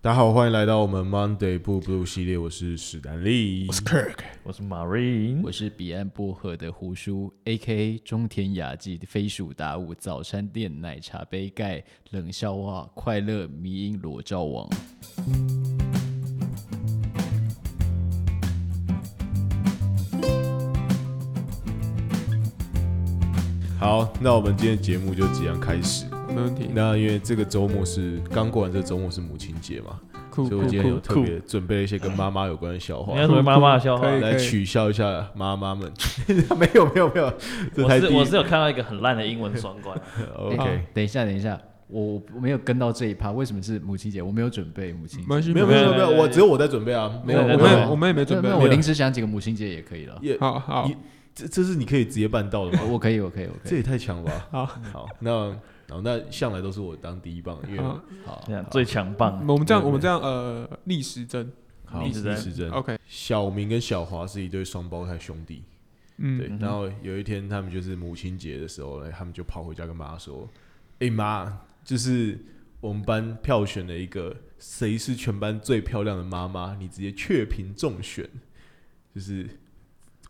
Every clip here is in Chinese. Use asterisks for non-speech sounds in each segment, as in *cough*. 大家好，欢迎来到我们 Monday Blue Blue 系列，我是史丹利， Kirk，我是 Marine，我是彼岸薄荷的胡叔，A.K.A. 中田雅纪的飞鼠达悟早餐店奶茶杯盖冷笑话快乐迷因裸照王。好，那我们今天的节目就即将开始。没问题。那因为这个周末是刚过完，这个周末是母亲节嘛，酷所以酷我今天有酷特别准备了一些跟妈妈有关的笑话你，要什么妈妈的笑话？可以来取笑一下妈妈们。没有没有没有，这我太是低我是有看到一个很烂的英文双关， *laughs* 啊 OK，等一下，等一下，我我没有跟到这一趴，为什么是母亲节？我没有准备母亲节没关。系，没有没关系有没有，对对对我只有我在准备啊，没有对我对没对有们我们也没准备那。我临时想几个母亲节也可以了。也好好一，这这是你可以直接办到的 *laughs* 吗？我我可以，我可以，我可 *laughs* 这以。也太强了吧！好好，那好那向来都是我当第一棒，因为好好 *laughs* 这，样最强棒。我们这样啊对我们这样呃逆时针好李时珍时珍 OK，小明跟小华是一对双胞胎兄弟，对嗯，。然后有一天他们就是母亲节的时候呢，他们就跑回家跟妈说：“哎、妈，就是我们班票选了一个谁是全班最漂亮的妈妈，你直接确评中选，就是。”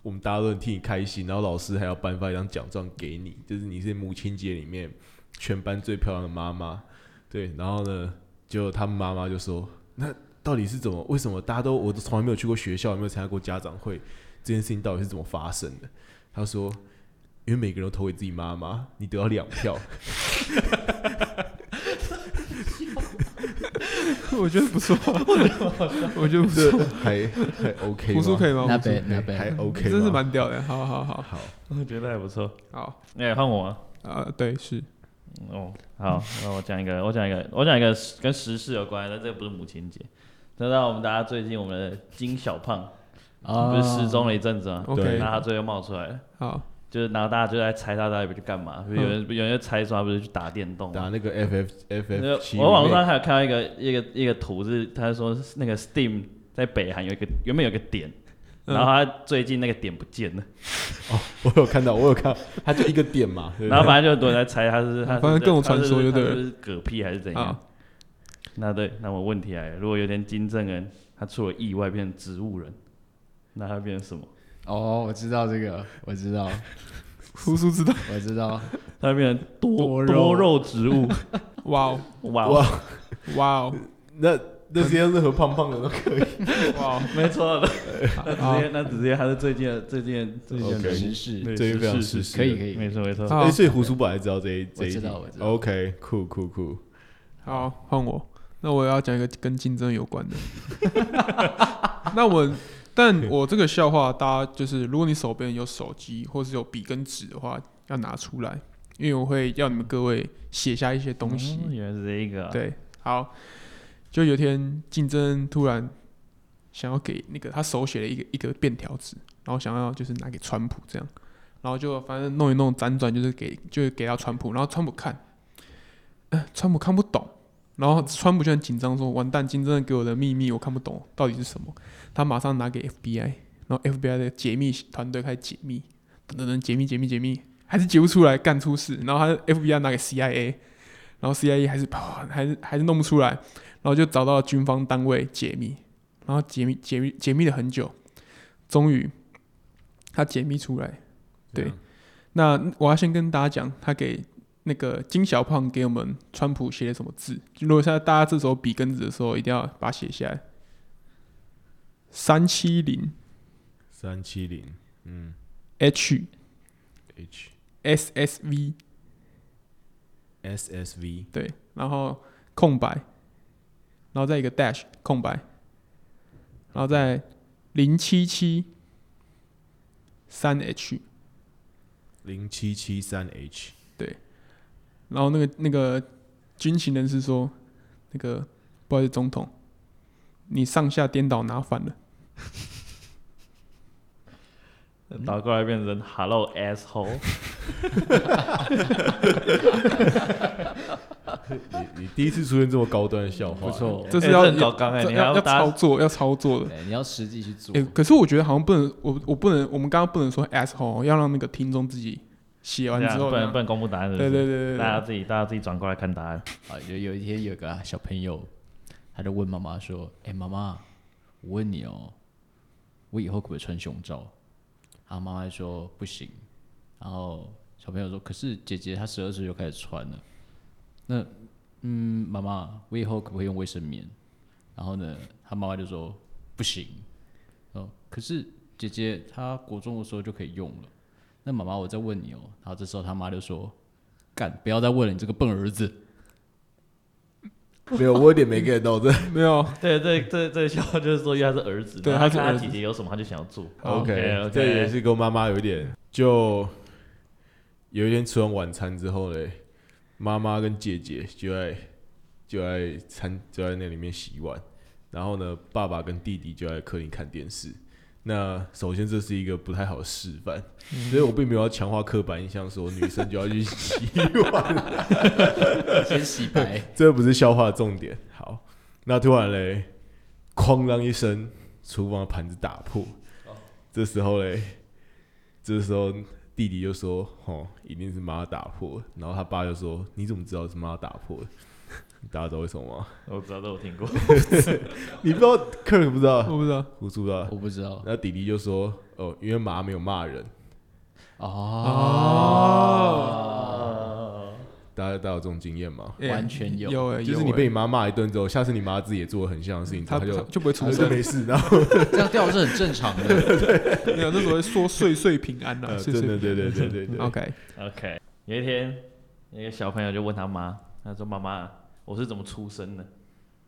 我们大家都很替你开心，然后老师还要颁发一张奖状给你，就是你是母亲节里面全班最漂亮的妈妈。对，然后呢，就他们妈妈就说：“那到底是怎么？为什么大家都我都从来没有去过学校，也没有参加过家长会，这件事情到底是怎么发生的？”他说：“因为每个人都投给自己妈妈，你得到两票。我觉得 *laughs* 不错，我 *laughs* 觉得不这错，还还 OK 胡叔可以以吗？那胡叔杯那还杯， OK，吗真是蛮屌的。好好好好。 *laughs* 我觉得还不错。好，哎，换我吗？呃，对，是哦，好，那我讲一个，我讲一个，我讲一个跟时事有关的，但这个不是母亲节。那让我们大家最近我们的金小胖啊不是失踪了一阵子吗？对 OK，那他最后冒出来了，好，就是然后大家就在猜他到底去干嘛，比如有人有人就猜说他不是去打电动吗打那个 FF 那 FF 七，我网上还有看到一个一个一个图是，他说是那个 Steam 在北韩有一个原本有一个点，嗯然后他最近那个点不见了， *laughs* 我有看到，我有看到，他就一个点嘛，对不然后对反正就很多人在猜他 *laughs* 是他是反正各种传说就他对是了他是嗝屁还是怎样啊。那对，那我问题来了，如果有一天金正恩他出了意外变成植物人，那他变成 *laughs* 什么？哦，我知道这个，我 *laughs* 知道，胡叔知道，我知 *laughs* 道。他会变成多多肉多肉植物，哇哦 *laughs* 哇哇哦，哇哦那那些任何胖胖的都可以。*laughs* 哇哦，没错的，那好直接那直接他是最近的最近最近 OK 的时事，事，对这一非常是时是事可以可以。没错没错。好哎，所以胡叔本来知道这一这一知题道我知道，OK，酷酷酷，好，换我。那我要讲一个跟竞争有关的。 *laughs* 那我，但我这个笑话，大家就是，如果你手边有手机或是有笔跟纸的话，要拿出来，因为我会要你们各位写下一些东西。哦原来是这一个啊，对，好，就有一天竞争突然想要给那个他手写了一个一个便条纸，然后想要就是拿给川普这样，然后就反正弄一弄辗转就是给就是给到川普，然后川普看，呃、川普看不懂，然后川普就很紧张说完蛋，竞争给我的秘密我看不懂到底是什么，他马上拿给 FBI，然后 FBI 的解密团队开始解密，等等等解密解密解密。还是解不出来，干出事，然后他 FBI 拿给 CIA，然后 CIA 还是啪， *laughs* 还是还是弄不出来，然后就找到军方单位解密，然后解密解密解密了很久，终于他解密出来。对，那我要先跟大家讲，他给那个金小胖给我们川普写了什么字。如果现在大家这时候笔跟纸的时候，一定要把它写下来。三七零三七零，嗯 H ，H S S V S S V 对，然后空白，然后再一个 dash 空白，然后再零七七三 h，零七七三 H，然后那个那个军情人士说，那个不好意思，总统，你上下颠倒拿反了。嗯倒过来变成 Hello asshole，你你第一次出现这么高端的笑话，不错，这是欸要、这很搞纲欸这你还要要要搭操作要操作 *laughs* 的。对，你要实际去做哎、。可是我觉得好像不能，我我不能，我们刚刚不能说 asshole，要让那个听众自己写完这样之后啊不这能样，不能公布答案是不对是，对对对对大家自己大家自己转过来看答案。啊，有有一天有个小朋友，他就问妈妈说：“哎、妈妈，我问你哦，我以后可不可以穿胸罩？”然后妈妈就说：“不行。”然后小朋友说：“可是姐姐她十二岁就开始穿了，那嗯，妈妈，我以后可不可以用卫生棉？”然后呢，他妈妈就说：“不行。”哦，可是姐姐她国中的时候就可以用了。那妈妈，我再问你哦。然后这时候他妈就说：“干，不要再问了，你这个笨儿子。”没有，我有点没 get 到这。没有，对对对对，笑话就是说，因为他是儿子，哦对然后他是看儿他子姐姐有什么他就想要做。好 OK， OK，OK 这也是跟妈妈有一点，就有一天吃完晚餐之后嘞，妈妈跟姐姐就在就在餐就在那里面洗碗，然后呢，爸爸跟弟弟就在客厅看电视。那首先这是一个不太好的示范，所以我并没有要强化刻板印象，说女生就要去洗碗。先洗白。这不是消化的重点。好，那突然嘞，哐当一声，厨房的盘子打破。这时候嘞，这时候弟弟就说：“哦，一定是妈打破。”然后他爸就说：“你怎么知道是妈打破的？”大家知道为什么吗？我知道，这我听过。你不知道，客人不知道，我不知道。胡叔知道。我不知道那弟弟就说：“哦，因为妈没有骂人。哦，大家大家有这种经验吗？欸完全有有欸，就是有你欸被你妈骂一顿之后，下次你妈自己也做了很像的事情之他后，他她就就不会出她说声，没事，然后。这样掉是很正常的。 *laughs* 没有那所谓说岁岁平安啊啦，呃，岁对岁对对对对对对。 OK， OK，有一天，那个小朋友就问他妈，他说：“妈妈，我是怎么出生的？”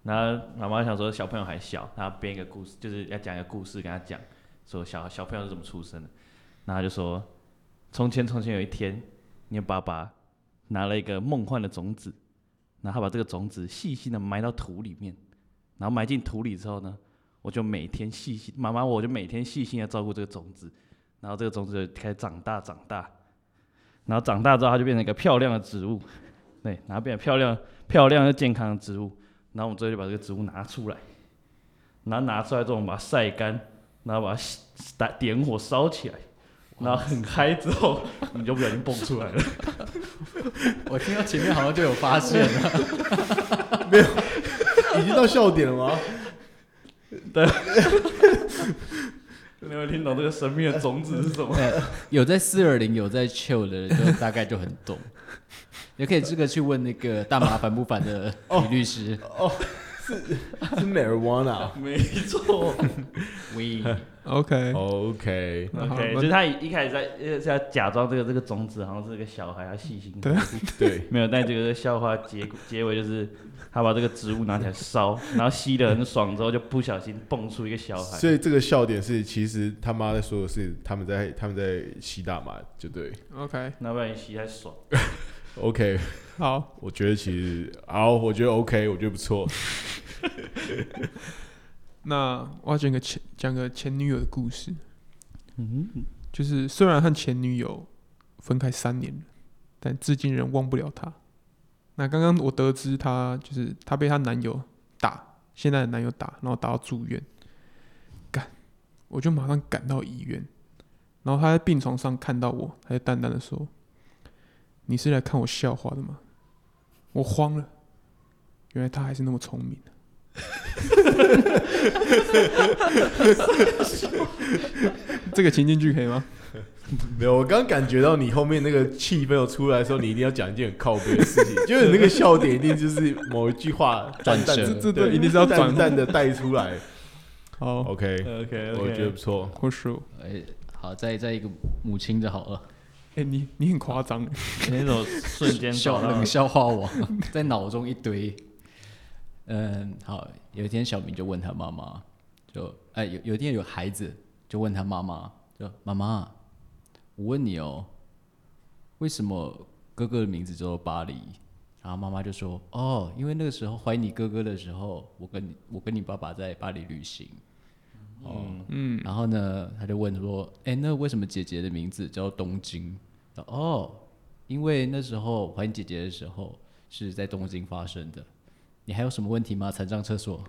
然后妈妈想说，小朋友还小，他编一个故事，就是要讲一个故事给他讲，说小小朋友是怎么出生的。然后他就说：“从前从前有一天，你的爸爸拿了一个梦幻的种子，然后他把这个种子细心的埋到土里面，然后埋进土里之后呢，我就每天细心，妈妈我就每天细心的照顾这个种子，然后这个种子就开始长大长大。”然后长大之后，它就变成一个漂亮的植物，对，然后变成漂亮、漂亮又健康的植物。然后我们最后就把这个植物拿出来，然后拿出来之后，我们把它晒干，然后把它吸打点火烧起来，然后很嗨之后，你就不小心蹦出来了。我听到前面好像就有发现了，已经到笑点了吗？你有听懂这个神秘的种子是什么？有在四二零，有在 chill 的人，就大概就很懂。也可以这个去问那个大麻烦不烦的女律师。是 marijuana。没 *laughs* 错 We *laughs* OK，OK，那好，OK，就是他一一开始在呃是要假装这个这个种子好像是个小孩，要细心呵对对，没有，但这个笑话结果结尾就是他把这个植物拿起来烧，然后吸的很爽之后，就不小心蹦出一个小孩。所以这个笑点是，其实他妈在说的是他们在他们在吸大麻，就对。 OK，那不然你吸太爽， OK，好，我觉得其实好，我觉得 OK，我觉得不错。那我要讲个前讲个前女友的故事。嗯，就是虽然和前女友分开三年了，但至今仍忘不了她。那刚刚我得知她就是她被她男友打，现在的男友打，然后打到住院，赶，我就马上赶到医院，然后她在病床上看到我，她就淡淡的说：“你是来看我笑话的吗？”我慌了，原来她还是那么聪明。这个情境剧可以吗？没有，我刚感觉到你后面那个气氛有出来的时候，你一定要讲一件很靠背的事情，就是你那个笑点一定就是某一句 *laughs* 话淡淡转的折，这这一定是要转淡 *laughs* 淡的带出来。好， OK， OK，我觉得不错。或说，哎，好，再再一个母亲就好了。哎、你你很夸 *laughs* 张，那种瞬间笑找到冷笑话王 *laughs* 在脑中一堆。嗯，好，有一天小明就问他妈妈，就哎有有一天有孩子就问他妈妈，就妈妈，我问你哦，为什么哥哥的名字叫做巴黎？然后妈妈就说：“哦，因为那个时候怀你哥哥的时候，我跟你我跟你爸爸在巴黎旅行，哦嗯，然后呢，他就问说：“哎、那为什么姐姐的名字叫东京？”哦，因为那时候怀你姐姐的时候是在东京发生的。你还有什么问题吗？残障 *laughs* 厕所。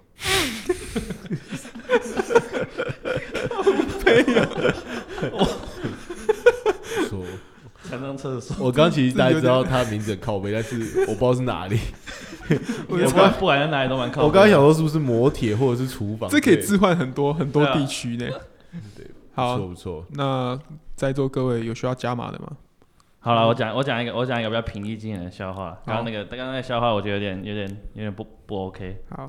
说，才上厕所。我刚其实大家知道他名字很靠背，但是我不知道是哪里。我不操管不管在哪里都蛮靠啊北的。我刚才想说是不是磨铁或者是厨房之这类的，可以置换很多很多对啊地区呢。 *laughs* 对，不 *laughs* 好，错不错。那在座各位有需要加码的吗？好了，我讲我讲一个我讲一个比较平易近人的笑话啦。刚刚那个刚刚那个笑话，我觉得有点有点有点不不 OK。好，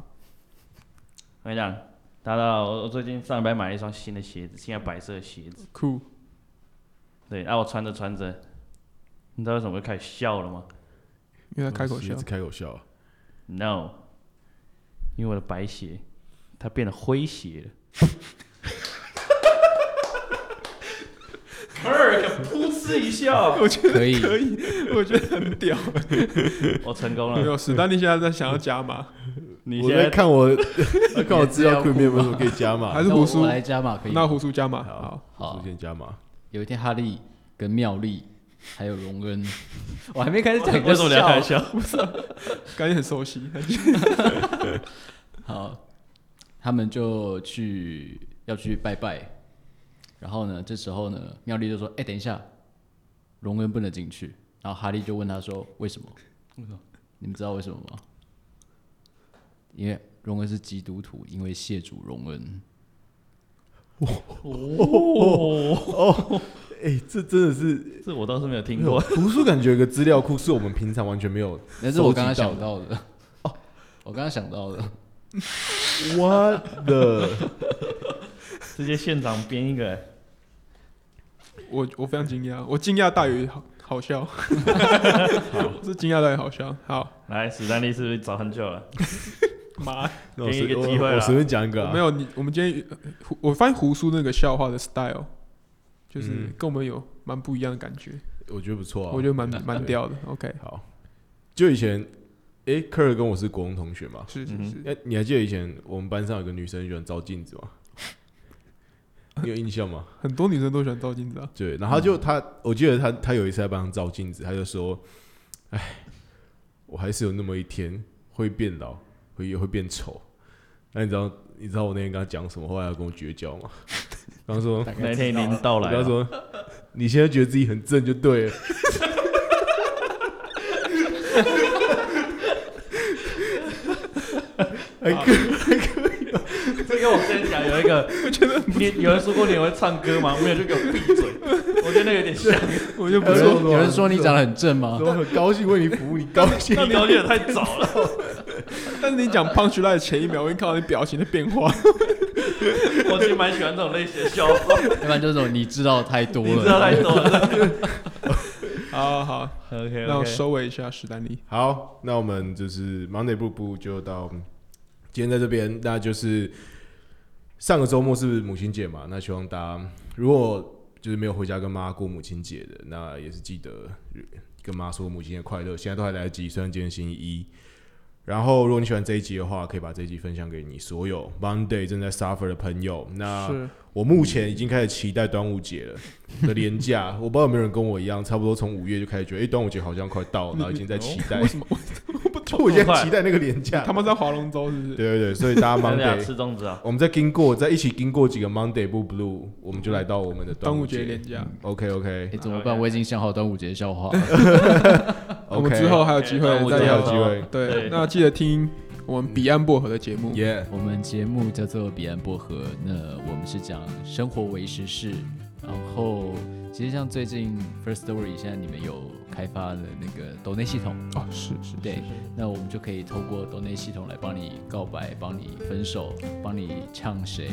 我跟你讲，达达，我我最近上礼拜买了一双新的鞋子，新的白色的鞋子。酷，对，啊然、后我穿着穿着，你知道为什么会开始笑了吗因为他开口笑一直。哦开口笑， ？No，因为我的白鞋它变得灰鞋 *laughs* 了。可尔噗嗤一 *laughs* 笑，我觉得可以可以， *laughs* 我觉得很 *laughs* 屌。我成功没了。有，史丹利现在在想要加码，你我现在在看我在看我资料库里面有没有什么可以加还码，是那胡我叔我？来加码可以吗？那胡叔加码好好。出好，现加码。有一天哈利跟妙丽还有 *laughs* 荣恩，我还没开始讲，为什么你要开笑？ *laughs* 始笑？感觉很熟悉， *laughs* 好，他们就去要去拜拜，然后呢，这时候呢，妙丽就说：“哎、等一下，荣恩不能进去。”然后哈利就问他说：“为什么？”你们知道为什么吗？因为荣恩是基督徒，因为谢主荣恩。哦，哎，这真的是 *laughs* 这我倒是没有听没过 *laughs* 有。图书感觉有个资料库是我们平常完全没有那是我刚刚收集想到的。哦，我刚刚想到的。 What the 直接现场编一个、我我非常惊讶，我惊讶大于好 *laughs* 好笑，是惊讶大于好笑。好，来，史丹利是不是找很久了？妈，那我随给你一个机会我啦我随便讲一个啊，没有你，我们今天呃胡我发现胡叔那个笑话的 style，就是嗯跟我们有蛮不一样的感觉，我觉得不错啊，我觉得蛮对蛮。屌的。OK， *laughs* 对好，就以前，哎，科尔跟我是国中同学嘛，是是嗯哼是，哎，你还记得以前我们班上有个女生喜欢照镜子吗？你有印象吗？很多女生都喜欢照镜子啊，对，然后她就她，我记得她，她有一次在班上照镜子，她就说：“哎，我还是有那么一天会变老，会也会变丑。”那你知道你知道我那天跟她讲什么？后来她跟我绝交吗？然后说大概那一天已知道经了到我来跟她了。 *laughs* 说：“你现在觉得自己很正就对了。哎这个我之前讲有一个， *laughs* 我觉得你有人说过你会唱歌吗？没有就给我闭嘴。我觉得那有点 *laughs* 像，我就不有是说说人有人说你长得很正 *laughs* 吗怎？么很高兴为你服务，你高兴你搞得太早了。 *laughs* 但是你讲 punch line 的前一秒，我已经看到你表情的变化， *laughs* 我其实蛮喜欢这种类型的笑话，要不然就是这种你知道太多你知道了。太多了。好好好， OK 那我 OK，收尾一下史丹利，好，那我们就是 Monday 步步就到今天在这边，那就是上个周末是母亲节嘛，那希望大家如果就是没有回家跟妈过母亲节的，那也是记得跟妈说母亲节快乐，现在都还来得及，虽然今天星期一。然后，如果你喜欢这一集的话，可以把这一集分享给你所有 Monday 正在 suffer 的朋友。那是我目前已经开始期待端午节了的廉价， *laughs* 我不知道有没有人跟我一样，差不多从五月就开始觉得，哎、端午节好像快到了，然后已经在期待 *laughs* 为。什么我不就我已经在期待那个廉价他。妈在划龙舟是不对是？对对，所以大家大家 *laughs* Monday，吃粽子啊，我们再经过，再一起经过几个 Monday 不 blue，我们就来到我们的端午嗯午节连假， OK OK 哎、怎么办？我已经想好端午节笑话了。我们 OK，之后还有机端会午再节再有聊机会对，对那记得听我们彼岸薄荷的节目。 ，Yeah，我们节目叫做《彼岸薄荷》，那我们是讲生活为实事，然后其实像最近 First Story 现在你们有开发的那个抖内系统，哦，是是，对，那我们就可以透过抖内系统来帮你告白、帮你分手、帮你呛谁，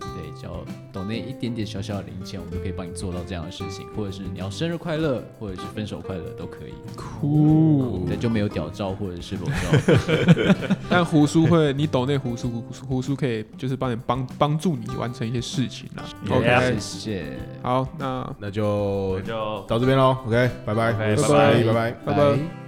对，只要抖内一点点小小的零钱，我们就可以帮你做到这样的事情，或者是你要生日快乐，或者是分手快乐都可以，酷。对，就没有屌照或者是裸照，但胡叔会，你抖内胡叔，胡叔胡叔可以就是帮你帮帮助你完成一些事情啦。 Yeah OK，谢谢，好，那那我就就到这边喽，OK，拜拜，拜 OK，拜拜拜拜。拜拜拜